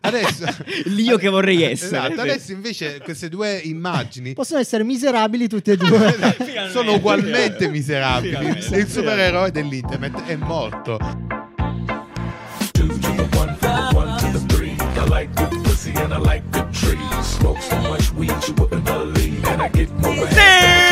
Adesso, L'io che vorrei essere. esatto, adesso invece queste due immagini Possono essere miserabili tutti e due. Finalmente. sono ugualmente miserabili. Finalmente. Il supereroe dell'internet è morto. two to the one, from the one to the three. I like good pussy and I like good trees. Smoke so much weed you wouldn't believe, and I get more ass Sì!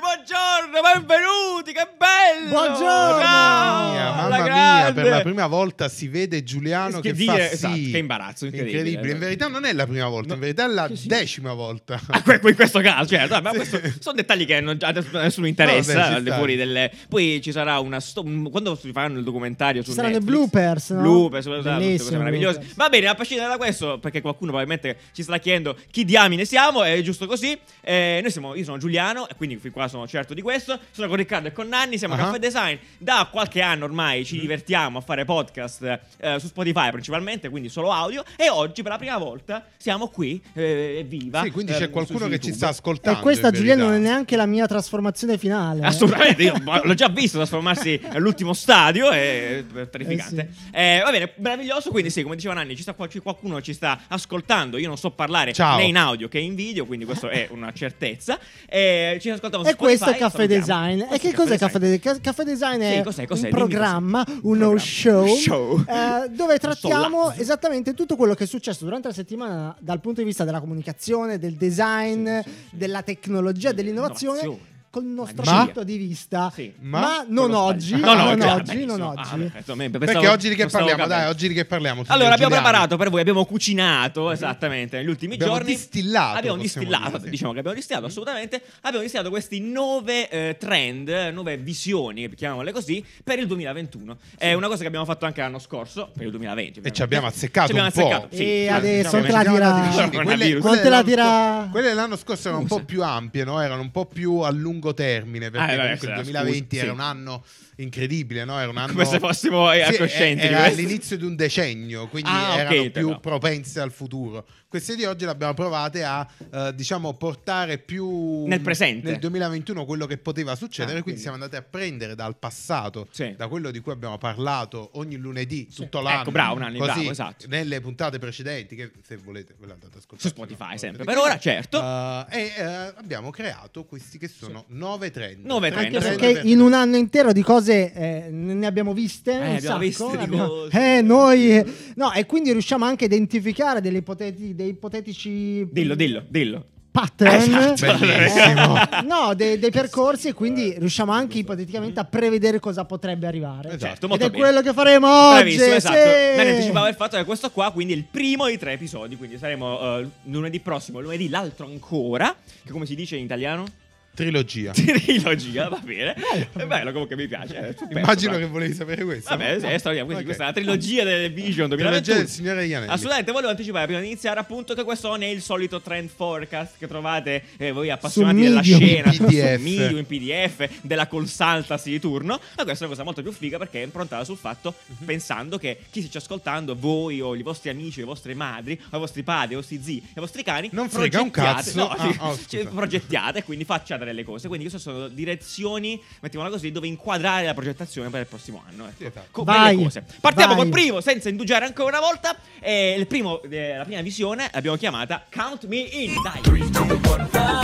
Buongiorno, benvenuti, che bello! Buongiorno! Bravo, Mia, alla mamma mia, Oh grande! per la prima volta si vede Giuliano Che che, dire, fa sì. esatto, che imbarazzo, incredibile. esatto. In verità non è la prima volta, in verità è la decima volta. Ah, que- que- in questo caso, certo, ma questo- sono dettagli che non, a nessuno interessa. Vabbè, ci al di sta. fuori delle- Poi ci sarà una. sto- un- Quando si faranno il documentario su Ci saranno i Netflix, bloopers, no? bloopers, esatto, tutte Bellissimo, cose meravigliose. bloopers. Va bene, a prescindere da questo, perché qualcuno probabilmente ci starà chiedendo chi diamine siamo, è giusto così. Eh, noi siamo, io sono Giuliano, e quindi fin qua sono certo di questo. Sono con Riccardo e con Nanni, siamo a Ah. Caffè Design. Da qualche anno ormai Mm. ci divertiamo a fare podcast eh, su Spotify principalmente, quindi solo audio. E oggi per la prima volta siamo qui, eh, viva. Sì, quindi eh, c'è su- qualcuno su che ci YouTube. sta ascoltando. e questa, in Giuliano, non verità. è neanche la mia trasformazione finale. eh. Assolutamente, io ma- l'ho già visto trasformarsi all'ultimo stadio, è terrificante. Eh Eh, va bene, meraviglioso, quindi sì, come diceva Nanni, ci sta qua- ci- qualcuno ci sta ascoltando, io non so parlare Ciao. né in audio che in video, quindi questo è una certezza. Eh, ci ascoltiamo su E questo è Spotify, Caffè salutiamo. Design. E Questo che è cos'è Caffè Design? Ca- Caffè Design è Sì, cos'è, cos'è? Dimmi cos'è. un programma, Un uno programma. show, Show. eh, dove trattiamo Solazzo. esattamente tutto quello che è successo durante la settimana dal punto di vista della comunicazione, del design, Sì, sì, sì. della tecnologia, dell'innovazione. Innovazione. Col nostro Magia. punto di vista, Sì. ma, Ma non Quello oggi, Ah, sbaglio. non già, oggi, non benissimo. oggi. Ah, perfetto, me- Perché pensavo- oggi di che non stavo parliamo? Dai, capendo. oggi di che parliamo? signor Allora, abbiamo Giuliano? preparato per voi, abbiamo cucinato esattamente negli ultimi Mhm. Abbiamo giorni. distillato, Abbiamo possiamo distillato, dire, sì. Mhm. diciamo che abbiamo distillato assolutamente. Abbiamo distillato questi nove eh, trend, eh, nove visioni, chiamiamole così, per il 2021. È una cosa che abbiamo fatto anche l'anno scorso, per il E 2020. ovviamente. ci abbiamo azzeccato Ci abbiamo un po'. azzeccato, sì. E Sì, Eh, adesso diciamo, te la Siamo tira- andati vicini. Coronavirus. Quelle- Quante quelle la dell'anno tira- scorso- Quelle dell'anno scorso erano un po' più ampie, no? erano un po' più a lungo termine, perché Ah, vabbè, comunque il scusa, 2020 era sì. un anno incredibile, no? era un anno... Come se fossimo eh, Sì, coscienti di era questo. all'inizio di un decennio, quindi Ah, ok, erano te più no. propense al futuro. Queste di oggi le abbiamo provate a eh, diciamo portare più Nel presente. nel 2021 quello che poteva succedere, Ah, quindi quindi. siamo andati a prendere dal passato, Sì. da quello di cui abbiamo parlato ogni lunedì tutto l'anno. Ecco, bravo, Nanni, così, bravo, esatto. nelle puntate precedenti che se volete ve le andate a ascoltare Su Spotify, no, sempre. potete Per ora, cliccare. certo. Uh, e eh, abbiamo creato questi che sono nove trend. Nove Tre trend, Anche Prendere- perché per- in un anno intero di cose eh, ne abbiamo viste, un Eh, abbiamo sacco, visto di abbiamo- cose. eh, noi, no, e quindi riusciamo anche a identificare delle ipoteti- dei ipotetici Dillo, dillo, dillo. pattern, Ah, esatto. Bellissimo. Eh, no, dei, dei percorsi, e quindi riusciamo anche ipoteticamente a prevedere cosa potrebbe arrivare. Esatto. Certo, Ed molto è bene. quello che faremo oggi. Bravissimo, esatto. sì! Nanni anticipava il fatto che questo qua, quindi, è il primo dei tre episodi. Quindi saremo eh, lunedì prossimo, lunedì l'altro ancora. Che come si dice in italiano? trilogia. Trilogia, va bene. È bello, comunque mi piace. Eh, super, Immagino bravo. che volevi sapere questo. Vabbè, no? sì, è straordinario. Quindi Ok. questa è la trilogia Ah, del Vision 2021. Trilogia del Signore Ianelli. Assolutamente, volevo anticipare prima di iniziare appunto che questo non è il solito trend forecast che trovate eh, voi appassionati della Medium, in scena, su PDF. Medium, in PDF, della consultancy di turno. Ma questa è una cosa molto più figa perché è improntata sul fatto, Mhm. pensando che chi ci sta ascoltando, voi o i vostri amici, le vostre madri, o i vostri padri, i vostri zii, i vostri cani, Non frega un progettiate- cazzo. no, Ah, sì, oh, scusa. cioè, progettiate e quindi facciate delle cose. Quindi queste sono direzioni, mettiamola così, dove inquadrare la progettazione per il prossimo anno. Ecco. Sì, esatto. Co- Vai, belle cose. Partiamo vai. col primo, senza indugiare ancora una volta. Eh, il primo, eh, la prima visione l'abbiamo chiamata Count Me In. Dai.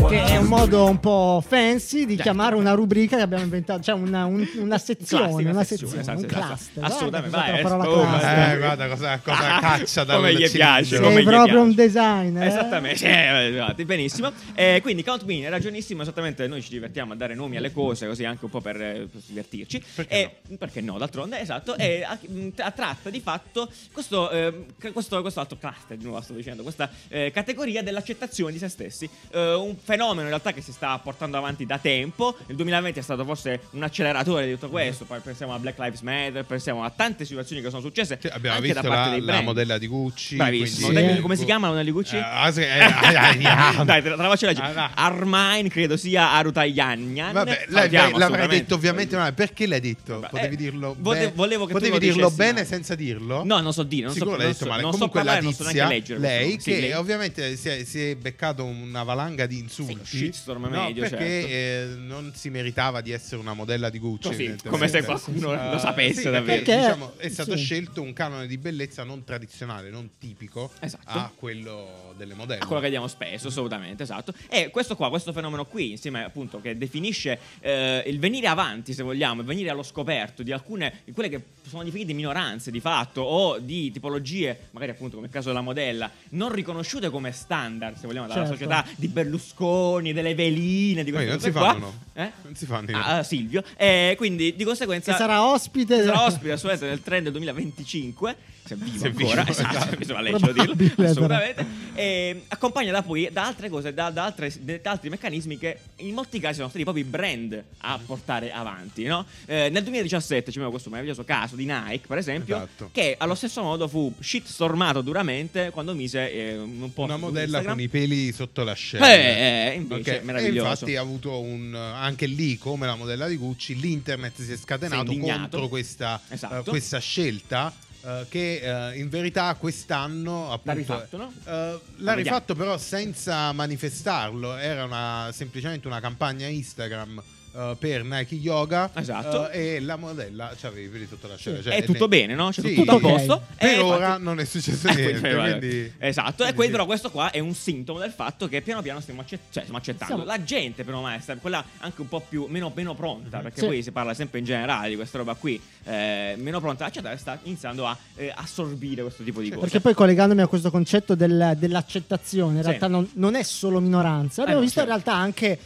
Che è un modo un po' fancy di Certo. chiamare una rubrica che abbiamo inventato, cioè una, un- una sezione, classico, una una sezione, sezione, un esatto, esatto. cluster. Assolutamente, Guarda vai, che ho usato la eh, parola boom, cluster. Eh, guarda cosa, cosa Ah, caccia da come gli piace, come Sei gli proprio piace. un designer. eh? Esattamente, sì, eh, esatto, benissimo. Eh, quindi Count Me In è ragionissimo, esattamente noi ci divertiamo a dare nomi alle cose, così anche un po' per, eh, per divertirci. Perché Eh, perché no, d'altronde, esatto. E a- mh, tra- tratta di fatto questo, ehm, c- questo, questo altro cluster, di nuovo sto dicendo, questa eh, categoria dell'accettazione di se stessi. Eh, un fenomeno in realtà che si sta portando avanti da tempo. Il 2020 è stato forse un acceleratore di tutto questo. Poi pensiamo a Black Lives Matter, pensiamo a tante situazioni che sono successe. Sì, abbiamo anche visto da parte la, dei la brand. modella di Gucci. ecco. Bravissimo. Sì. Dai, come si chiama una di Gucci? Eh, ah, sì, eh, ah, ah, ah, ah. Dai, te la te la faccio leggere. Ah, ah. Armine credo sia Maria Arutayanian. Vabbè, La lei- lei- odiamo l'avrei assolutamente. detto ovviamente, ma perché l'hai detto? Vabbè, Potevi eh, dirlo vote- bene. volevo che tu Potevi lo dirlo dicessi, bene ma- senza dirlo? No, non so dire, non so- Sicuro l'hai non detto so- male. non so Comunque la parlare, non so tizia, neanche leggere, lei questo, che sì, lei- ovviamente si è, si è beccato una valanga di insulti. Sì, shitstorm no, medio, perché certo. eh, non si meritava di essere una modella di Gucci. Così, evidentemente. come se qualcuno Eh, lo sapesse sì, perché, davvero. Perché- diciamo, è stato sì. scelto un canone di bellezza non tradizionale, non tipico Esatto. a quello delle modelle. A quello che vediamo spesso, assolutamente, esatto. E questo qua, questo fenomeno qui, insieme appunto, che definisce eh, il venire avanti, se vogliamo, il venire allo scoperto di alcune, di quelle che sono definite minoranze di fatto, o di tipologie, magari appunto come il caso della modella, non riconosciute come standard, se vogliamo, dalla Certo. società di Berlusconi, delle veline, di Poi queste non si cose fanno, qua. no. Eh? Non si fanno. Ah, ah, Silvio. E quindi di conseguenza Che sarà ospite. sarà ospite a sua veste nel trend del 2025 se è vivo Se è vivo, ancora esatto. esatto, bisogna leggerlo dirlo Probabile, esatto. però. assolutamente e accompagnata poi da altre cose da, da altre- da altri meccanismi che in molti casi sono stati proprio i brand a portare avanti no? Eh, nel 2017 c'è questo meraviglioso caso di Nike per esempio Esatto. che allo stesso modo fu shitstormato duramente quando mise eh, un po' una modella con i peli sotto la scena. Eh, eh, invece, meraviglioso. E infatti ha avuto un anche lì come la modella di Gucci, l'internet si è scatenato Si è indignato. contro questa, Esatto. eh, questa scelta. eh, che eh, in verità quest'anno appunto, rifatto, no? eh, l'ha vediamo. rifatto però senza manifestarlo era una- semplicemente una campagna Instagram eh, per Nike Yoga Esatto. eh, e la modella ci aveva i peli sotto la scena cioè, è tutto ne- bene, no? C'è Sì, tutto a ok. posto. E per infatti- ora non è successo Eh, niente quindi, vabbè. quindi- esatto, e quindi quindi, sì. però questo qua è un sintomo del fatto che piano piano stiamo, accett- cioè, stiamo accettando Stiamo- la gente per ormai sta quella anche un po' più meno, meno pronta, perché Sì. poi si parla sempre in generale di questa roba qui, eh, meno pronta ad accettare, sta iniziando a eh, assorbire questo tipo di cose. Perché poi collegandomi a questo concetto del- dell'accettazione, in Sì. realtà non, non è solo minoranza, abbiamo no, visto in certo. realtà anche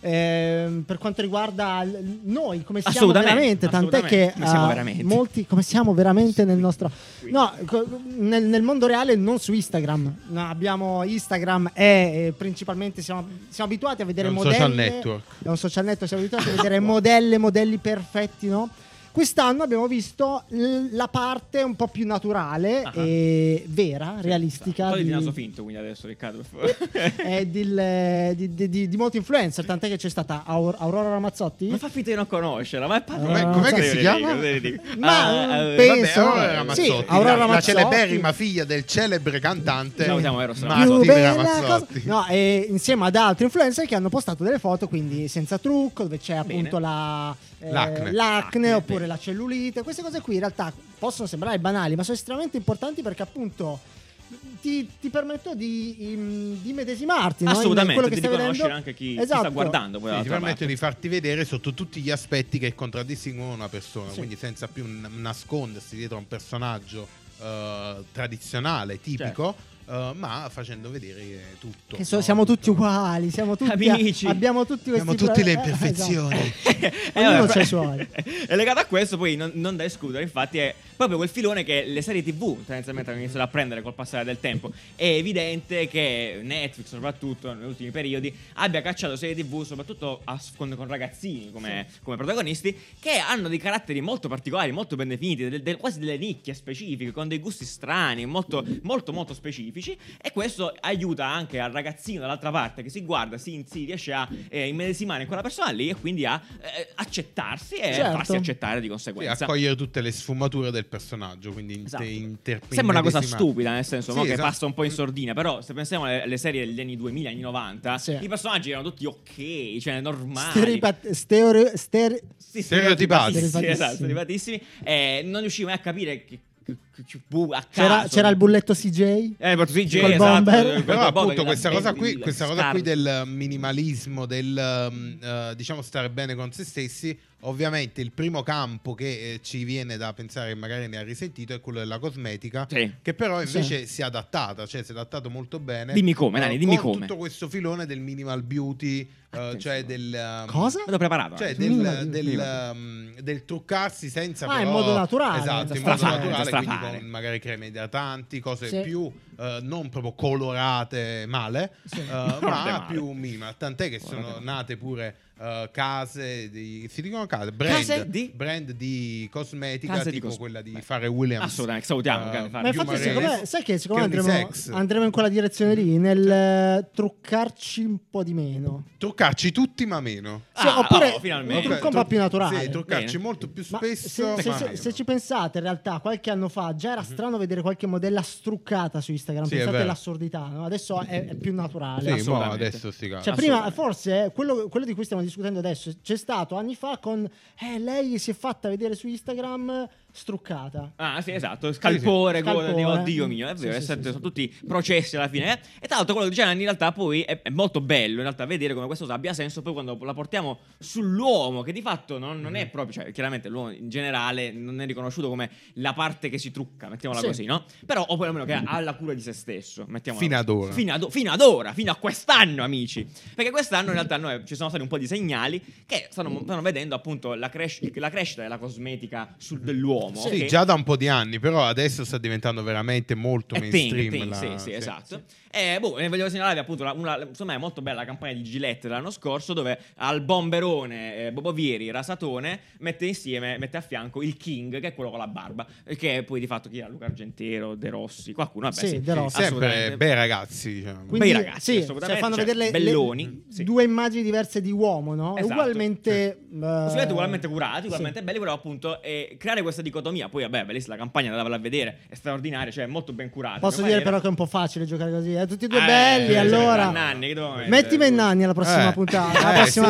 ehm, per quanto riguarda l- noi, come siamo Assolutamente, veramente, tant'è assolutamente. che Come siamo eh, veramente. molti come siamo veramente nel nostro... Qui. No, co- nel, nel mondo reale non su Instagram, No, abbiamo Instagram e eh, principalmente siamo, siamo abituati a vedere È un modelli... social network. È un social network, siamo abituati a vedere modelle, modelli perfetti, no? Quest'anno abbiamo visto l- la parte un po' più naturale Ah. e vera, Un realistica po' di di, naso finto, quindi adesso Riccardo. per favore. eh, del- di, di- di- di molti influencer, tant'è che c'è stata Aur- Aurora Ramazzotti. Ma fa finta di non conoscerla, ma è padre. Com'è- ma com'è cosa che io si le chiama? dico, cosa io le dico? Ma, Ah, eh, penso- Vabbè, Aurora Sì, Ramazzotti, Aurora la- Ramazzotti. la celeberrima figlia del celebre cantante No, siamo Eros Martin Ramazzotti. Più bella Ramazzotti. cosa- no, e insieme ad altri influencer che hanno postato delle foto, quindi senza trucco, dove c'è Bene. appunto la, eh, L'acne. L'acne, oppure bene. la cellulite. Queste cose qui in realtà possono sembrare banali, ma sono estremamente importanti perché appunto ti, ti permettono di, im- di medesimarti no? In Assolutamente, quello che di stai riconoscere vedendo. anche chi, chi sta Esatto. guardando. poi Sì, ti dall'altra parte. permette di farti vedere sotto tutti gli aspetti che contraddistinguono una persona, Sì. quindi senza più n- nascondersi dietro a un personaggio eh, tradizionale, tipico, eh, ma facendo vedere tutto. Certo. Che so- no? siamo tutti Tutto. uguali, siamo tutti Amici. abbiamo tutti questi Abbiamo tutte le pro- eh, imperfezioni. Eh, Ognuno vabbè, c'ha i suoi. è legato a questo, poi non, non da escludere, infatti, è proprio quel filone che le serie TV tendenzialmente hanno iniziato a prendere col passare del tempo. È evidente che Netflix, soprattutto negli ultimi periodi, abbia cacciato serie TV, soprattutto a- con, con ragazzini come, come protagonisti, che hanno dei caratteri molto particolari, molto ben definiti, del- del- quasi delle nicchie specifiche, con dei gusti strani, molto, molto, molto specifici. E questo aiuta anche al ragazzino dall'altra parte che si guarda, si, si riesce a eh, immedesimare in quella persona lì e quindi a eh, accettarsi e Certo. farsi accettare di Sì, conseguenza. accogliere tutte le sfumature del personaggio, quindi in- Esatto. te- interpre- Sembra una cosa immedesimare. stupida, nel senso Sì, no, che esatto. passa un po' in sordina, però se pensiamo alle, alle serie degli anni 2000, anni 90, Sì. i personaggi erano tutti ok, cioè normali. Stereopat- stereo- stere- Sì, Stereotipati. stereotipatissimi, Esatto, Stereotipatissimi. stereotipatissimi. Eh, non riuscivo mai a capire che, che- che- che- boh, a c'era, caso. c'era il bulletto CJ. eh, ma tu sì, Jay, col esatto, bomber. quel- quel Però bomber che eh, appunto era questa cosa, bello, qui, questa cosa qui scarno. del minimalismo, del um, eh, diciamo stare bene con se stessi, ovviamente il primo campo che eh, ci viene da pensare che magari ne ha risentito è quello della cosmetica, Sì. che però invece si è adattata, cioè si è adattato molto bene. Dimmi come, Nani, eh, dimmi con come. tutto questo filone del minimal beauty, eh, Attenzione. cioè del... um, Cosa? Me l'ho preparato. Cioè eh. del, Minimal beauty. del, um, del truccarsi senza Ah, in però- modo naturale, Esatto, da in modo strafare, naturale da Quindi strafare. con magari creme idratanti, cose Sì. più eh, non proprio colorate male, eh, Colorate ma male. più minimal. Tant'è che sono Colorate nate pure eh, case, di, si dicono case, brand, Case di- brand di cosmetica, Case di tipo cos- quella di Beh. Fare Williams. Assolutamente, salutiamo, eh, grande Pharrell. Ah, Ma infatti, Human secondo Race, me, sai che secondo me Candy andremo, Sex. Cioè andremo in quella direzione lì, nel eh, truccarci un po' di meno. Truccarci tutti, ma meno. Sì, Ah, oppure oh, finalmente. un trucco un po' Cioè, Tru- più naturale. Sì, truccarci Bene. molto più Ma spesso. se, se- ma se- meno. se ci pensate, in realtà, qualche anno fa già era strano vedere qualche modella struccata su Instagram. Sì, è pensate vero. all'assurdità, no? adesso è, è più naturale. Sì, mo Assolutamente. adesso sti cazzi. Cioè, prima, Assolutamente. forse quello, quello di cui stiamo discutendo adesso c'è stato anni fa con eh, lei si è fatta vedere su Instagram eh, struccata. Ah, sì, esatto. Scalpore, Mm. Scalpore. gola, dico, oddio mio, è Sì, vero, sì, è sì, stato- sì. sono tutti processi alla fine. eh. E tra l'altro quello che dice Nanni in realtà poi è, è molto bello in realtà vedere come questa cosa abbia senso poi quando la portiamo sull'uomo, che di fatto non, non Mm-hmm. è proprio, cioè chiaramente l'uomo in generale non è riconosciuto come la parte che si trucca, mettiamola Sì. così, no? Però o perlomeno che ha la cura di se stesso, mettiamola Fino così. ad ora. Fino ad, o- fino ad ora, fino a quest'anno amici. Perché quest'anno in realtà noi ci sono stati un po' di segnali che stanno, stanno vedendo appunto la, cresci- la crescita della cosmetica sul, dell'uomo. Sì, che- già da un po' di anni, però adesso sta diventando veramente molto è thing, mainstream. thing, la- sì, sì, esatto. E boh, ne voglio segnalarvi appunto la- una, insomma è molto bella la campagna di Gillette dell'anno scorso dove al bomberone eh, Bobovieri, Rasatone, mette insieme, mette a fianco il King, che è quello con la barba, eh, che è poi di fatto chi era? Luca Argentero, De Rossi, qualcuno, vabbè, Sì, sì, De Rossi. Sempre assolutamente. bei ragazzi, diciamo. Quindi- Bei ragazzi, sì, assolutamente, cioè, fanno cioè, vedere le, belloni, le- sì. due immagini diverse di uomo, no? Esatto, ugualmente, eh, Sicuramente ugualmente curati, sì. ugualmente belli, però appunto eh, creare questa dicotomia. Poi, vabbè, bellissima la campagna, andatevela a vedere, è straordinaria, cioè è molto ben curata. Posso come dire maniera. però che è un po' facile giocare così, eh? tutti e due Eh, belli, cioè, allora. Nanni, che devo mettere? Metti me Nanni alla prossima Eh. puntata, alla Eh, prossima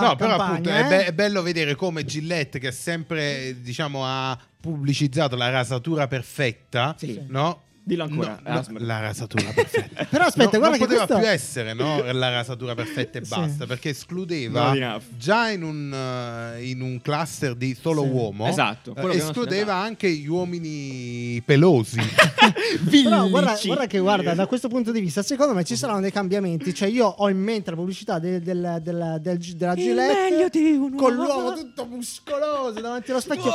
sì. No, però campagna, appunto eh? è, be- è bello vedere come Gillette, che sempre eh, diciamo ha pubblicizzato la rasatura perfetta, Sì. no? Dillo ancora, eh, No, no, Asmer. la rasatura perfetta. Però No, aspetta, guarda non che poteva questo- più essere no? la rasatura perfetta e Sì. basta, perché Not escludeva enough. già in un, eh, in un cluster di solo Sì. uomo, Esatto, eh, quello che non si escludeva dava. anche gli uomini pelosi. Però guarda, Villici. guarda che guarda, da questo punto di vista, secondo me ci saranno dei cambiamenti. Cioè, io ho in mente la pubblicità del- del- del- del- della Gillette con l'uomo tutto muscoloso davanti allo specchio.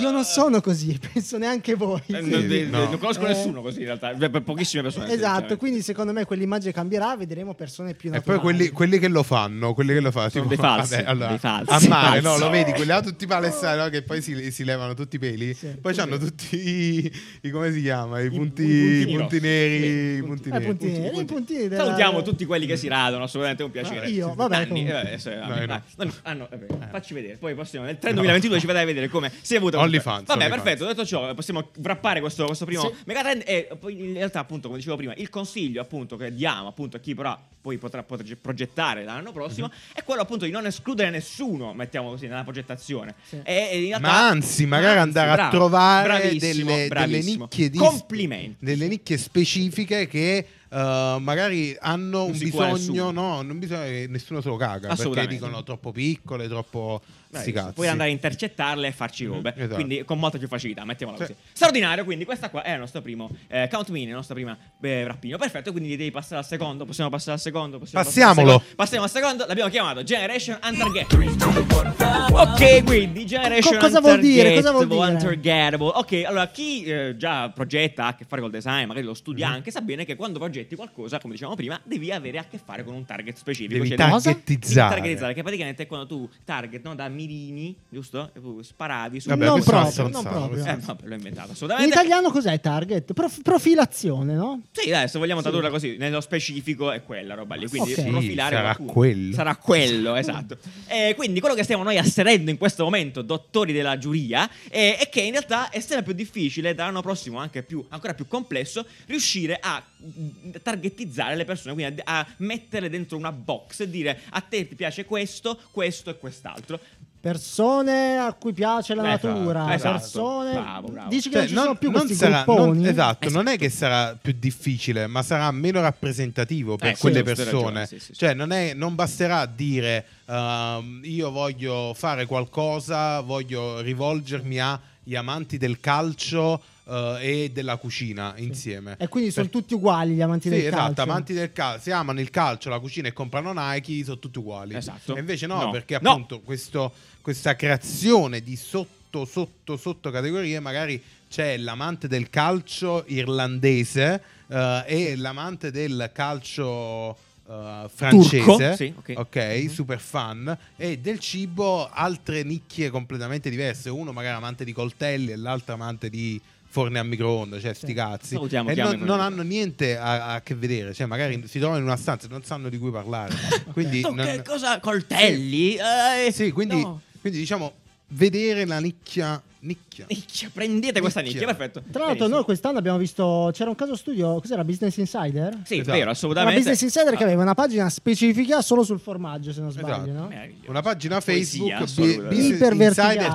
Io non sono così, penso neanche voi. Eh, non, Sì, no. non conosco Eh, nessuno così in realtà, per per pochissime persone. Esatto, sinceramente. quindi secondo me quell'immagine cambierà, vedremo persone più E naturali. poi quelli, quelli che lo fanno, quelli che lo fanno, Sono tipo, dei falsi, vabbè, allora, dei falsi. a mare, no, Falso. lo vedi, quelli là tutti palestrati, no, che poi si, si levano tutti i peli, Sì. poi hanno tutti i, i- come si chiama, i punti, i i punti punti rossi. neri, i Eh, punti puntini, neri. eh, i puntini della- Ah, Salutiamo tutti quelli che si radono, assolutamente è un piacere. io, vabbè, Nanni, comunque. eh, adesso, Dai, vabbè, no. Eh. dai, no, ah, no, vabbè, facci vedere. Poi possiamo, nel 3 2022 ci vedrai a vedere come si è avuto. OnlyFans, Vabbè, OnlyFans. perfetto. Detto ciò, possiamo wrappare questo, questo primo Sì. megatrend. E poi in realtà, appunto, come dicevo prima, il consiglio appunto che diamo appunto a chi però poi potrà, potrà progettare l'anno prossimo Mhm. è quello appunto di non escludere nessuno, mettiamo così, nella progettazione. Sì. E, e in realtà- Ma anzi, magari anzi, andare a bravo, trovare bravissimo, delle, delle bravissimo. nicchie di Complimenti. delle nicchie specifiche che eh, magari hanno un si può bisogno, nessuno. no, non bisogna che nessuno se lo caga, perché Assolutamente. dicono troppo piccole, troppo Dai, sti cazzi. puoi andare a intercettarle e farci robe. Esatto. Quindi con molta più facilità, mettiamola Sì. così. Straordinario, quindi questa qua è il nostro primo eh, Count Me, il nostro primo eh, rappino. Perfetto, quindi devi passare al secondo, possiamo passare al secondo, possiamo passare al Passiamolo. secondo. Passiamo al secondo, l'abbiamo chiamato Generation Untargettable. Three to the one five. Ok, quindi Generation Co- cosa vuol dire? Cosa vuol Untargettable, dire? Untargettable. Ok, allora chi eh, già progetta ha a che fare col design, magari lo studia anche, sa bene che quando progetti qualcosa, come dicevamo prima, devi avere a che fare con un target specifico. Devi cioè targetizzare. targetizzare, che praticamente è quando tu target no, da mirini, giusto? E tu sparavi su Vabbè, non questo non si proprio, non sa, proprio. Eh, vabbè, l'ho inventato In assolutamente. italiano cos'è target? Prof- profilazione, no? Sì, dai, se vogliamo tradurla così, nello specifico è quella roba lì. Quindi Ok. profilare Sì, sarà qualcuno. quello. Sarà quello, esatto. Eh, quindi quello che stiamo noi asserendo in questo momento, dottori della giuria, eh, è che in realtà è sempre più difficile, dall'anno prossimo anche più, ancora più complesso, riuscire a mm, targetizzare le persone, quindi a, a metterle dentro una box e dire a te ti piace questo, questo e quest'altro. Persone a cui piace la Esatto, natura, esatto. persone. Bravo, bravo. Dici che Cioè, non ci sono più questi sarà, grupponi. non- esatto, Eh, non è che sarà più difficile, ma sarà meno rappresentativo per Eh, sì, quelle sì, persone. ragione, sì, sì, sì. Cioè, non, è- non basterà dire ehm, io voglio fare qualcosa, voglio rivolgermi agli amanti del calcio eh, e della cucina insieme. E quindi sono tutti uguali gli amanti Sì, del esatto, calcio. amanti del calcio, se amano il calcio, la cucina e comprano Nike, sono tutti uguali. Esatto. E invece no, No. perché No. appunto questo- questa creazione di sotto sotto sotto categorie magari c'è l'amante del calcio irlandese eh, e l'amante del calcio eh, francese, Turco, sì, ok. Mhm. super fan, e del cibo altre nicchie completamente diverse, uno magari amante di coltelli e l'altro amante di forni a microonde, cioè sti cazzi. Salutiamo, E chiamo non, i non fornitori. hanno niente a, a che vedere, cioè magari si trovano in una stanza e non sanno di cui parlare. Quindi Oh, non- che cosa? Coltelli? Eh, sì, quindi, no. quindi diciamo vedere la nicchia. Nicchia. Nicchia, prendete questa nicchia, Nicchia. perfetto. Tra l'altro, Benissimo. noi quest'anno abbiamo visto. C'era un caso studio, cos'era Business Insider? Sì, Ah. Esatto. vero, Era assolutamente. Business Insider che aveva una pagina specifica solo sul formaggio, se non sbaglio, Esatto. no? Meraviglioso. Una pagina Poesia, Facebook bi- assolutamente. Business Iperverticale. Insider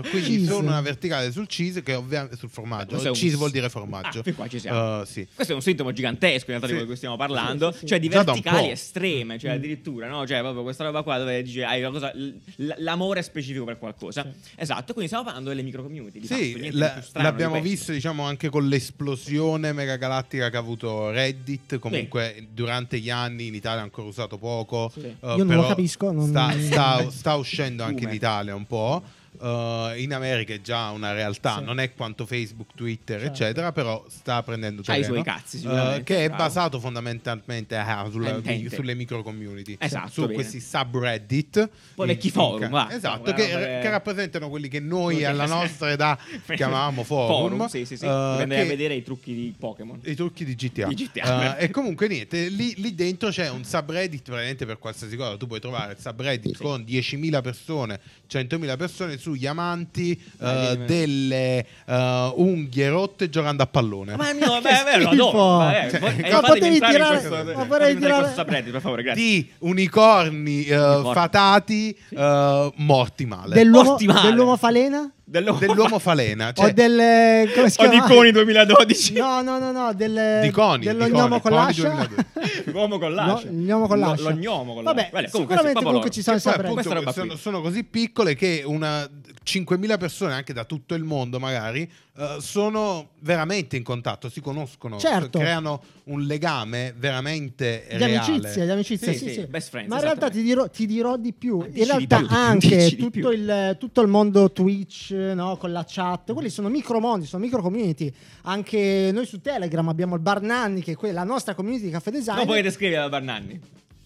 Cheese, quindi Cheese. sono una verticale sul cheese che ovviamente sul formaggio. Questo è un- Cheese vuol dire formaggio. Ah, fin qua ci siamo. Eh, sì. Questo è un sintomo gigantesco in realtà di Sì. quello di cui stiamo parlando, Sì, sì, sì. cioè di Già da un verticali po'. Mm. estreme, cioè addirittura, no? Cioè proprio questa roba qua dove dice hai una cosa, l- l- l'amore specifico per qualcosa. Esatto, quindi stiamo parlando delle micro community. Sì, la- l'abbiamo visto diciamo anche con l'esplosione megagalattica che ha avuto Reddit, comunque durante gli anni in Italia è ancora usato poco. Sì. eh, Io non però lo capisco, non- Sta, sta- sta uscendo anche in Boomer. Italia un po'. eh, in America è già una realtà, Sì. non è quanto Facebook, Twitter, Certo. eccetera, però sta prendendo Ha i terreno. suoi cazzi, eh, sicuramente, che è bravo. basato fondamentalmente ah, sulla- Tente. sulle micro community, Esatto, su bene. questi subreddit. Poi vecchi in- forum, in- va. Esatto, Insomma, che, roba che- che rappresentano quelli che noi Sì, alla sì. nostra età chiamavamo forum. sì, sì, sì. eh, Dipende da che- vedere i trucchi di Pokémon. i trucchi di GTA, Di GTA. Eh, e comunque niente lì, lì dentro c'è un subreddit praticamente per qualsiasi cosa tu puoi trovare il subreddit Sì. con 10.000 persone 100.000 persone sugli amanti Dai, eh, dimmi. delle eh, unghie rotte giocando a pallone Ma è mio, Che beh, è vero, lo schifo. adoro. Ma, eh, Cioè, vo- eh, ma fatemi entrare potevi in tirare- questo- ma fatemi entrare vorrei in questo tirare- subreddit, per favore, grazie. di unicorni eh, Unicorni. fatati eh, morti male Dell'uomo, Morti male. dell'uomo falena? Dell'uomo- dell'uomo falena o cioè, del. Come si o di chiama? Coni 2012. No, no, no, no. Del, di Coni dello di Coni, gnomo con Coni l'ascia. 2002. L'uomo con l'ascia. No, l'uomo con Lo- l'ascia. Lo gnomo con Vabbè, l'ascia. Vabbè, sicuramente questo è popolare. comunque ci sono Che poi, sempre. appunto, Questa roba sono, qui. sono così piccole che una 5.000 persone anche da tutto il mondo magari eh, sono veramente in contatto, si conoscono, Certo. creano un legame veramente Di reale. amicizia, di amicizia, Sì, sì, sì, sì, best friends, Ma in realtà ti dirò, ti dirò di più. Ma dici In di realtà più, dici anche di più. tutto il, tutto il mondo Twitch, no, con la chat, quelli sono micromondi, sono micro community. Anche noi su Telegram abbiamo il Barnanni, che è que- la nostra community di caffè design. Non potete scrivere a Barnanni.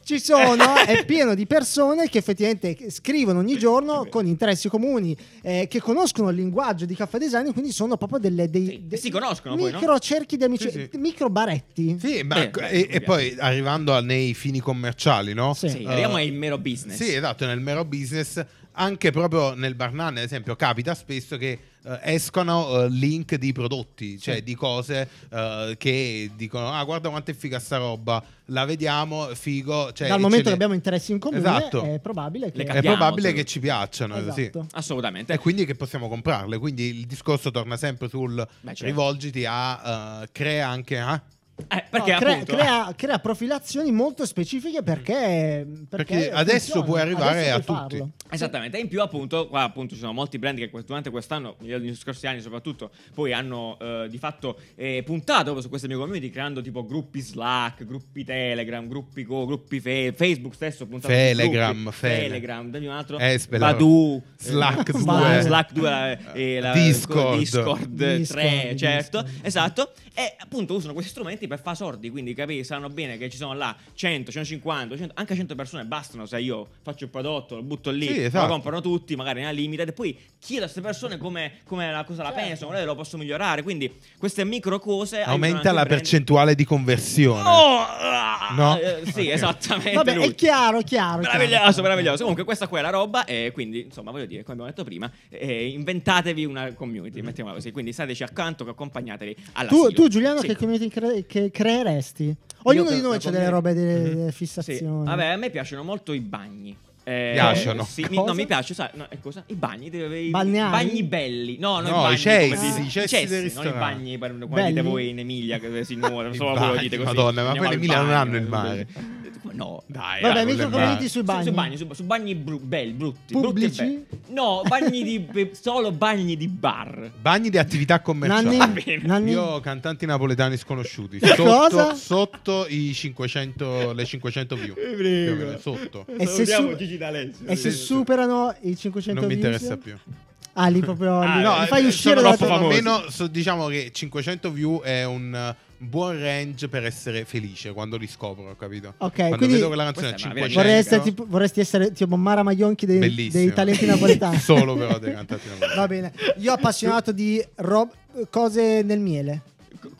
Ci sono, è pieno di persone che effettivamente scrivono ogni giorno con interessi comuni, eh, che conoscono il linguaggio di caffè design, quindi sono proprio delle, dei, Sì, si conoscono poi, no? micro cerchi di amici, Sì, sì. micro baretti. Sì, ma Beh, co- beh, e, e ovviamente. poi arrivando a- nei fini commerciali, no? Sì. Sì, arriviamo Eh, al mero business. Sì, esatto, nel mero business, anche proprio nel Barnan, ad esempio, capita spesso che eh, escono eh, link di prodotti, cioè di cose eh, che dicono "Ah, guarda quanto è figa sta roba, la vediamo, figo", cioè Dal momento ce che ne- abbiamo interessi in comune, Esatto. è probabile Le che è Abbiamo, probabile sì. che ci piacciono, Esatto. sì. Assolutamente. Ecco. E quindi che possiamo comprarle, quindi il discorso torna sempre sul certo. rivolgiti a eh, crea anche a Eh, perché No, crea, appunto... eh. crea- crea profilazioni molto specifiche perché, perché Perché adesso funziona. puoi arrivare Adesso puoi a tutti. farlo. Esattamente, e in più appunto, qua appunto ci sono molti brand che que- durante quest'anno, negli scorsi anni soprattutto, poi hanno eh, di fatto eh, puntato proprio su queste mie community creando tipo gruppi Slack, gruppi Telegram, gruppi Go, gruppi Fe- Facebook stesso, puntato su Telegram, gruppi, Fe- Telegram, dammi un altro, Espe, la- Badu, Slack eh, 2. Slack 2, eh, la- Discord. Discord 3, Discord, certo, Discord. esatto, e appunto usano questi strumenti per far sordi, quindi capi, sanno bene che ci sono là 100, 150, 100, anche 100 persone bastano se io faccio il prodotto, lo butto lì, Sì, me esatto. lo comprano tutti, magari nella limited, e poi chiedo a queste persone come, come la cosa la pensano, magari lo posso migliorare, quindi queste micro cose... aiutano anche aumenta i la brand. percentuale di conversione. Oh, ah, No? eh, sì, Ok. esattamente. Vabbè, lui. è chiaro, chiaro. Meraviglioso, chiaro. meraviglioso. Comunque, questa qua è la roba. E quindi, insomma, voglio dire, come abbiamo detto prima, eh, inventatevi una community. Mettiamola così. Quindi stateci accanto, che accompagnatevi alla Tu, sigla. tu, Giuliano, Sì. che community cre- che creeresti? Ognuno Io di noi per- c'ha delle robe, delle, delle Mhm. Sì. fissazioni. Vabbè, a me piacciono molto i bagni. Eh, Piacciono. Sì, mi, Cosa? no, mi piace, sai, no, eh, cosa? I bagni, dove- i Balneari? bagni belli. No, no, No, bagni, i cessi, come si dice? i cessi dei non i ristoranti. bagni per- come Belli? dite voi in Emilia che si nuota, I solo voi lo bagni, dite così. Madonna, ma Andiamo poi in al Emilia non bagno, hanno il mare. eh, Come No, Vabbè, dai. Vabbè, quello micro è community male. sui bagni. Su bagni, su, su bagni bru- belli, brutti. brutti Pubblici? e belli. no, bagni di. be- solo bagni di bar. Bagni di attività commerciali. Nanni, bene. Nanni? Io cantanti napoletani sconosciuti Cosa? sotto, sotto i 500 Oh, le 500 view. Più o meno, Sotto. E se Eh, Salutiamo su- Gigi D'Alessio. e se superano i 500 Non mi views? interessa più. Ah, lì proprio. Ah, lì. no, Mi fai eh, uscire sono dalla troppo tua- famosi. Almeno, so- diciamo che 500 view è un eh, buon range per essere felice quando li scopro, ho capito? Ok, quando quindi- vedo che la canzone ha Questa è 500 una Vorrei essere no? tipo- vorresti essere tipo Mara Maionchi dei, Bellissimo. dei talenti napoletani. Solo però dei cantanti napoletani. Va bene. Io appassionato di rob- cose nel miele.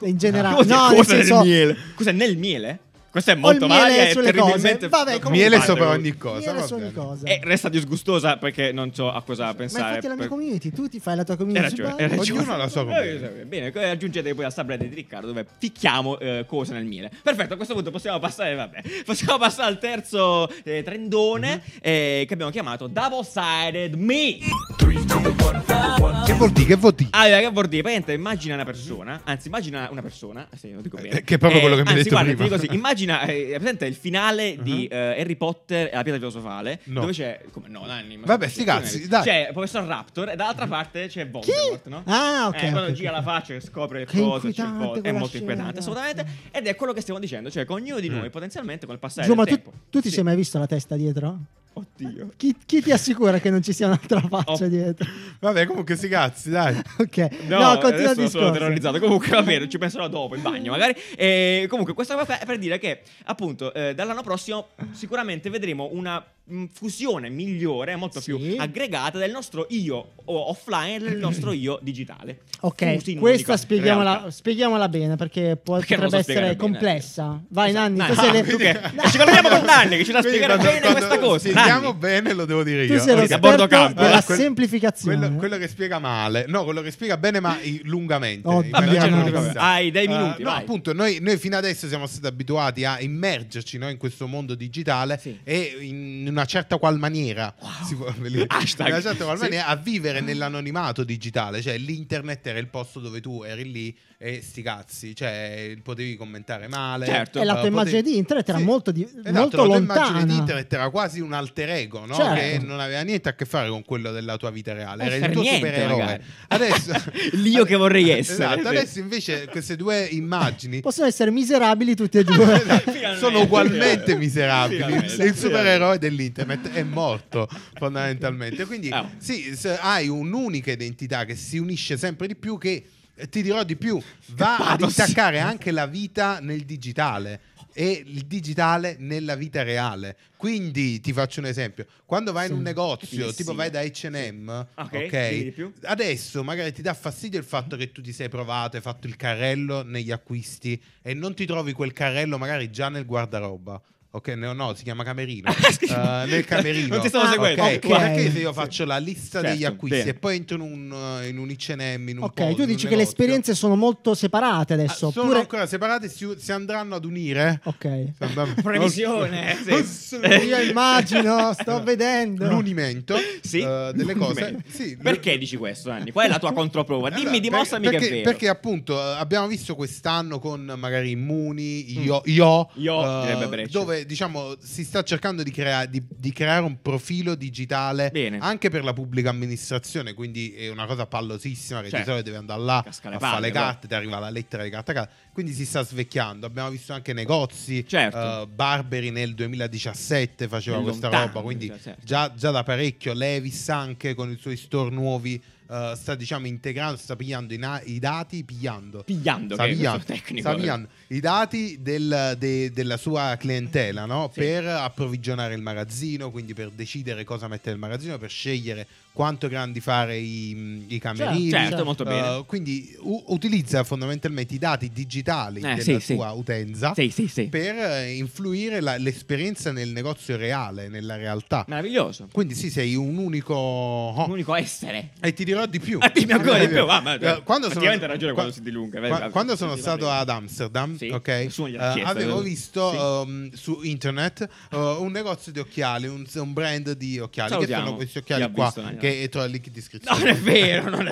In generale. Cosa- No, nel cosa nel senso. miele? Cos'è nel miele? Questo è Ho il molto miele male. È sulle cose. terribilmente Vabbè, comunque- Miele fatto. sopra ogni cosa. Miele va su ogni bene. cosa. E resta disgustosa perché non so a cosa Ma pensare. infatti è la mia Eh, per- community, tu ti fai la tua Hai community. su ragione, Bumble. hai ragione. Ognuno ha la sua comune. Eh, Bene, eh, aggiungete poi la subreddit di Riccardo dove picchiamo eh, cose nel miele. Perfetto, a questo punto possiamo passare, vabbè, possiamo passare al terzo eh, trendone Mhm. eh, che abbiamo chiamato Double Sided Me. Three to the one, one Che to vuol dire? Che vuol dire? Allora, che vuol dire? Praticamente immagina una persona, anzi immagina una persona, se lo dico bene. Eh, che è proprio quello che mi hai anzi, detto guarda, prima. Mhm. ti dico così, immagina, eh, è presente il finale di eh, Harry Potter e la pietra filosofale, No. dove c'è... Come no, cioè, Nanni? ma- Vabbè, sti cazzi, dai. Mhm. C'è professor Raptor e dall'altra parte c'è Voldemort, no? Ah, ok, Eh, quando ok, gira ok. la faccia e scopre le Che cose, c'è il inquietante Voldemort, è quella molto scena, inquietante, ragazzi. assolutamente, ed è quello che stiamo dicendo, cioè che ognuno Mm. di noi potenzialmente col passare Giù, ma del tu, cioè, tempo... tu ti Sì. sei mai visto la testa dietro? Oddio. Chi, chi ti assicura che non ci sia un'altra faccia Oh. dietro? Vabbè, comunque sti cazzi, dai. Ok, No, no, continua il adesso sono discorso. terrorizzato. Comunque, va bene, ci penserò dopo in bagno, magari. E comunque, questa cosa è per dire che, appunto, eh, dall'anno prossimo sicuramente vedremo una mh, fusione migliore, molto Sì. più aggregata del nostro io o- offline e del nostro io digitale. Fusi Ok, in questa un'unica spieghiamola, realtà. spieghiamola bene perché può- Perché non lo so potrebbe essere spiegare bene. complessa. Vai, Esatto. Nanni, Nanni, tu sei le- quindi- Eh, ci colleghiamo con Nanni che ci sa Quindi spiegare quando- bene questa quando cosa. Spieghiamo Nanni. bene, lo devo dire Tu io. sei lo Sì, a bordo esperto campo. della Allora, quel- semplificazione. Quello, quello che spiega male, no, quello che spiega bene ma i- lungamente. Oh, in vabbè, maniera certo, concisa. vabbè. Ah, Hai dei Eh, minuti, no, vai. appunto, noi, noi fino adesso siamo stati abituati a immergerci no, in questo mondo digitale Sì. e in una certa qual maniera, si può- in Hashtag. una certa qual Sì. maniera a vivere nell'anonimato digitale, cioè l'internet era il posto dove tu eri lì e sti cazzi, cioè potevi commentare male. Certo. eh, E la tua potevi- immagine di internet era molto di- Esatto, molto la tua lontana. immagine di internet era quasi un alter ego, no? Certo. che non aveva niente a che fare con quello della tua vita reale. Eh, Era per il tuo niente, supereroe. magari. Adesso, L'io che vorrei essere. Esatto, adesso invece queste due immagini Possono essere miserabili tutti e due. Finalmente. sono ugualmente miserabili. Finalmente. Il supereroe dell'internet è morto fondamentalmente. Quindi Ah. sì, se hai un'unica identità che si unisce sempre di più che eh, ti dirò di più, va ad pathos. intaccare anche la vita nel digitale e il digitale nella vita reale. Quindi ti faccio un esempio, quando vai in un negozio, Sì. tipo vai da H&M, Ok, ok? dimmi di più. Adesso magari ti dà fastidio il fatto che tu ti sei provato, hai fatto il carrello negli acquisti e non ti trovi quel carrello magari già nel guardaroba. Ok, no, no, si chiama camerino. Eh, nel camerino. Non ti stavo Ah, seguendo. ok. Ok. Perché se io faccio la lista Certo, degli acquisti bene. e poi entro in un, eh, in un H&M, in un ok, posto, in tu un dici che le negozio, esperienze sono molto separate ah, adesso. sono oppure- ancora separate, si, si andranno ad unire. Ok. Si andranno- Previsione, sì. Non so- Io immagino, sto vedendo. Eh, L'unimento Sì. eh, delle cose. Bene. Sì, perché dici questo, Anni? Qual è la tua controprova? Dimmi, Allora, dimostrami perché, che è vero. Perché appunto eh, abbiamo visto quest'anno con magari Immuni, Io, io, Mm. Io, eh, direbbe Breccia. dove diciamo si sta cercando di, crea- di- di creare un profilo digitale Bene. anche per la pubblica amministrazione, quindi è una cosa pallosissima che di Certo. solito deve andare là Casca le a fare palle, le però. carte, ti arriva la lettera di carta a casa, quindi si sta svecchiando. Abbiamo visto anche negozi, Certo. eh, Barberi nel 2017 faceva Nel questa lontano, roba, quindi cioè, certo. già, già da parecchio. Levis anche con i suoi store nuovi eh, sta diciamo integrando, sta pigliando i, na- i dati, pigliando. Pigliando, Sta che è pigliando, questo tecnico. sta pigliando i dati del- de- della sua clientela no? Sì. per approvvigionare il magazzino, quindi per decidere cosa mettere nel magazzino, per scegliere quanto grandi fare i, i camerini. Certo, Certo. molto Eh, bene. quindi u- utilizza fondamentalmente i dati digitali Eh, della sì, sì. sua utenza Sì, sì, sì. per eh, influire la- l'esperienza nel negozio reale, nella realtà. Meraviglioso. Quindi sì, sei un unico... oh, Un unico essere. E ti dirò di più. Ah, dimmi ancora di più. Ah, ma- Eh, quando sono, effettivamente ha ragione quando qua- si dilunga, qua- vabbè, quando vabbè, sono sì, stato va bene. ad Amsterdam, Sì, ok, nessuno gliel'ha eh, chiesto, avevo eh. visto Sì. ehm, su internet eh, un negozio di occhiali, un, un brand di occhiali. Che Salutiamo sono questi chi occhiali ha qua? visto, eh, che trovi il link in No, descrizione. non è vero, non è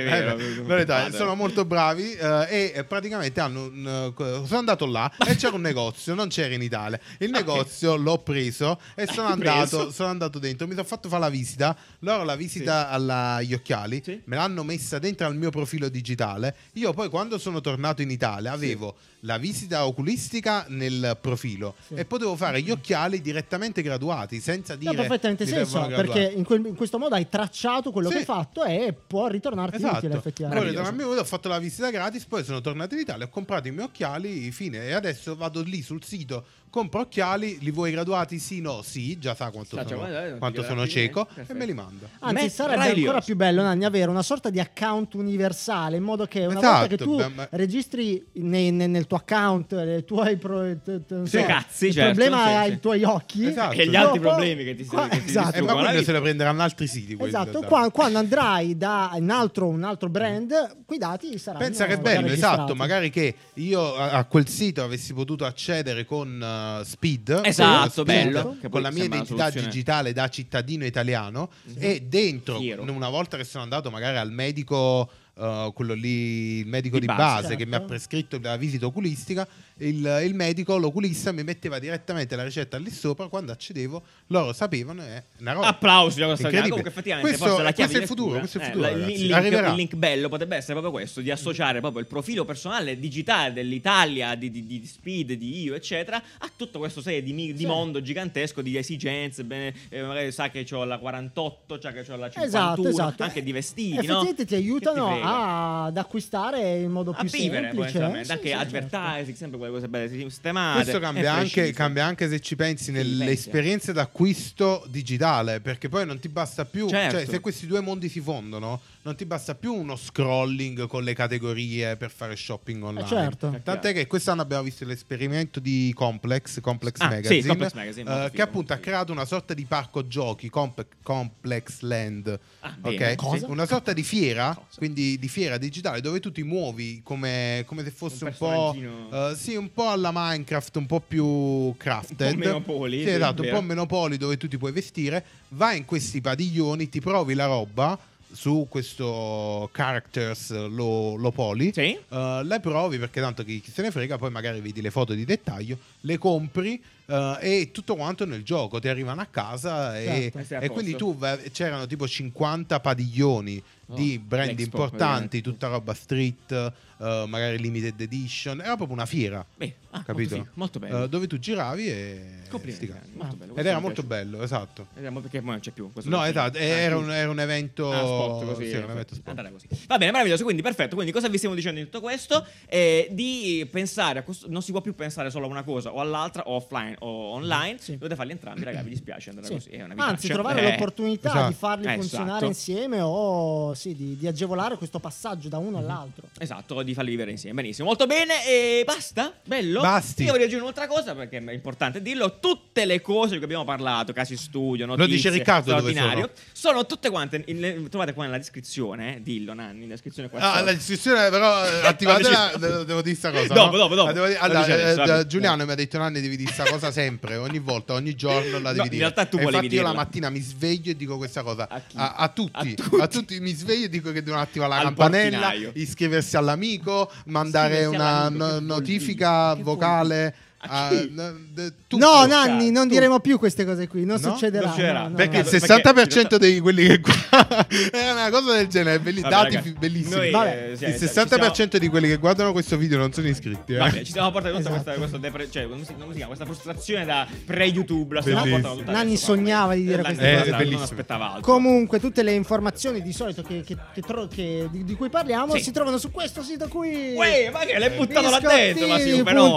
Eh, vero. beh, Non verità, fate. sono molto bravi eh, e eh, praticamente hanno un, eh, sono andato là e c'era un negozio, non c'era in Italia. Il negozio l'ho preso e sono L'hai andato, Ah, preso? sono andato dentro, mi sono fatto fare la visita, loro la visita alla- agli occhiali, Sì. me l'hanno messa dentro al mio profilo digitale. Io poi quando sono tornato in Italia avevo la visita oculistica nel profilo Sì. e potevo fare gli occhiali direttamente graduati senza No, dire ha perfettamente mi senso servono graduati. perché in, quel- in questo modo minuto, hai tracciato quello Sì. che hai fatto e può ritornarti utile Esatto. Poi effettivamente. ritorno a Milano, ho fatto la visita gratis, poi sono tornato in Italia, ho comprato i miei occhiali, fine. E adesso vado lì sul sito, compro occhiali, li vuoi graduati? Sì, no, sì, già sa quanto Sa, cioè, sono, guarda, non ti quanto chiederà sono più niente. cieco e Perfetto. me li manda. Anzi, Matt sarebbe Riley. ancora più bello, Nanni, avere una sorta di account universale, in modo che una volta Esatto, che tu beh, ma- registri nei- ne- nel tuo account eh, i tuoi pro- t- t- non Sì, so, cazzi, il certo, problema sì, è sì. i tuoi occhi Esatto. E gli Dopo- altri problemi che ti Qua- che Eh, ti esatto. distruggono ma la quello vita. se lo prenderanno altri siti. quelli, Esatto, dai. qua- quando andrai da un altro, un altro brand, quei dati saranno Pensa che è magari bello, registrati. esatto, magari che io a, a quel sito avessi potuto accedere con eh, Speed, Esatto, con Speed, bello. Che poi con la mia sembra una identità soluzione. Mhm. digitale da cittadino italiano e dentro, Fiero. una volta che sono andato magari al medico, eh, quello lì, il medico di, Di base. base, che mi ha Certo. prescritto la visita oculistica, il, il medico, l'oculista mi metteva direttamente la ricetta lì sopra, quando accedevo loro sapevano e una roba. Applausi da questa Oh. Incredibile. cosa. Comunque, effettivamente, Questo- forse la chiave questo è di il futuro, lettura- questo è il eh, futuro, la- il, ragazzi. link, Arriverà. il link bello potrebbe essere proprio questo: di associare proprio il profilo personale digitale dell'Italia, di, di- di Speed, di io, eccetera, a tutto questo serie di, mi- di Sì. mondo gigantesco di esigenze. Bene, eh, magari sa che ho la 48, sa che ho la 51, Esatto, esatto. anche di vestiti. no? Effettivamente ti Che aiutano frega? a- ad acquistare in modo a più vivere, poi, semplice. insomma, Sì, anche sì, certo. advertising, sempre quelle cose belle sistemate. Eh, Questo e cambia anche, precise. cambia anche se ci pensi nelle pensi. esperienze d'acquisto digitale, perché poi non ti basta più, Certo. cioè se questi due mondi si fondono, non ti basta più uno scrolling con le categorie per fare shopping online. Eh, certo. Tant'è che quest'anno abbiamo visto l'esperimento di Complex, Complex Ah, sì, Magazine, Complex Magazine, molto eh, figo, che appunto molto ha figo. creato una sorta di parco giochi, Comp- Complex Land, Ah, ok? bene. Cosa? una sorta di fiera, Cosa? quindi di fiera digitale dove tu ti muovi come, come se fosse un, po'... personaggino. Eh, sì, un po' alla Minecraft, un po' più crafted. Un po' meno poli, Sì, sì, esatto, un vero. po' meno poli dove tu ti puoi vestire. Vai in questi padiglioni, ti provi la roba su questo characters lo, lo poli. Sì. Eh, le provi perché tanto chi, chi se ne frega, poi magari vedi le foto di dettaglio, le compri eh, e tutto quanto nel gioco ti arrivano a casa e, Certo. E sei a e quindi posto. tu vai- c'erano tipo 50 padiglioni Oh, di brand l'Expo, importanti, praticamente. tutta roba street, eh, magari limited edition, era proprio una fiera. Beh, ah, Capito? Molto, figo, molto eh, bello. Eh, dove tu giravi e. Complimenti, sti cazzi. Dani, molto bello, Ed questo era mi molto piace. bello, esatto. Eh, ma perché poi non c'è più. questo No, non c'è. esatto, eh, Ah, era sì. un, era un evento. Ah, spot così. sì, eh, era un evento perfetto. spot. Andrà così. Va bene, meraviglioso, quindi perfetto. Quindi cosa vi stiamo dicendo di tutto questo? Eh, di pensare a questo, non si può più pensare solo a una cosa o all'altra, o offline o online. Sì. Dovete farli entrambi, ragazzi, mi dispiace andare Sì. così. È una vitaccia. Anzi, trovare Eh, l'opportunità esatto. di farli Eh, funzionare esatto. insieme o sì, di, di agevolare questo passaggio da Mhm. uno all'altro. Esatto, di farli vivere insieme. Benissimo, molto bene. E basta? Bello? Basti. Io voglio aggiungere un'altra cosa perché è importante dirlo. Tutte le cose di cui abbiamo parlato, casi studio, notizie, dice Riccardo dove straordinario, sono? tutte quante. in- le- trovate qua nella descrizione, eh, dillo Nanni, in descrizione qua. Ah, sotto. la discussione però eh, attivatela, No, dici- devo, devo dire sta cosa. Dopo, no? dopo, dopo. La devo dire- Lo allora, dici adesso, eh, vabbè. Giuliano mi ha detto Nanni devi dire sta cosa sempre, ogni volta, ogni giorno la No, devi in dire. realtà tu E volevi infatti io la dirla. mattina mi sveglio e dico questa cosa A chi? a, a tutti, A a tutti. tutti. mi sveglio e dico che devono attivare la Al campanella, portinaio. iscriversi all'amico, mandare Iscriversi una all'amico, che no- vuol dire? notifica Che vuol vocale dire? a- A chi? n- d- no, tutto. Nanni, non tu- diremo più queste cose qui. Non No? succederà. cioè, Non succederà. no, no, Perché no. il perché 60% in realtà- dei quelli che guardano è una cosa del genere, belli, Vabbè, dati ragazzi, fi- bellissimi. noi, eh, Vabbè, sì, Il eh, ci 60% siamo- di quelli che guardano questo video non sono iscritti. Eh. Vabbè, ci stiamo portando tutta Esatto. questa, questa depre- cioè, come si, come si chiama? Questa frustrazione da pre-YouTube. La stiamo Bellissimo. portando tutta Nanni adesso qua. sognava di dire Eh, queste cose. Nanni, guarda, Eh, Non bellissimo. aspettava altro. Comunque tutte le informazioni di solito che- che- che tro- che- di, di cui parliamo Sì. si trovano su questo sito qui. Uè, ma che l'hai buttato là dentro? Ma sì, un fenomeno.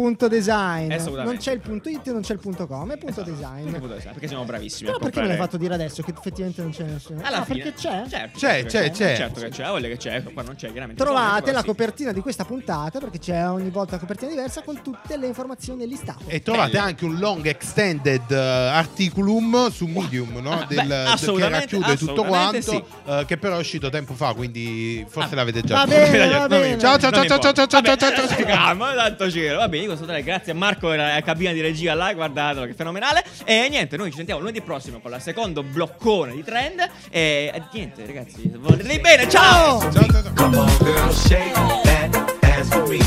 Biscottini.caffè.design. Assolutamente. Esatto. Non c'è il punto it, non c'è il punto com, è punto design. Perché poteva essere? Perché siamo bravissimi. a Però perché me l'hai comprare- fatto dire adesso che effettivamente non c'è nessuno? Alla Ah, fine. perché c'è? Certo, C'è, certo c'è, che c'è. Certo che c'è, ha voglia che c'è, ecco qua non c'è, chiaramente. Trovate la Sì. copertina di questa puntata perché c'è ogni volta una copertina diversa con tutte le informazioni listate. E trovate Belle. anche un long extended eh, articulum su Medium, no? Ah, beh, Del- che assolutamente, racchiude tutto assolutamente quanto, sì. eh, che però è uscito tempo fa, quindi forse Ah, l'avete già va visto. bene, Dai, va dai, bene. Ciao, ciao, ciao, Non ciao, importa. ciao, ciao, ciao, Vabbè, ciao, ciao, sì, ciao. calma, tanto giro. Va bene, io sono grazie a Marco la cabina di regia là, guardatelo, che fenomenale. E niente, noi ci sentiamo lunedì prossimo con la secondo bloccone di trend. E eh, niente, ragazzi, voletevi bene, ciao! Ciao, ciao, ciao. Come on, girl, shake that ass for me.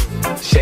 Shake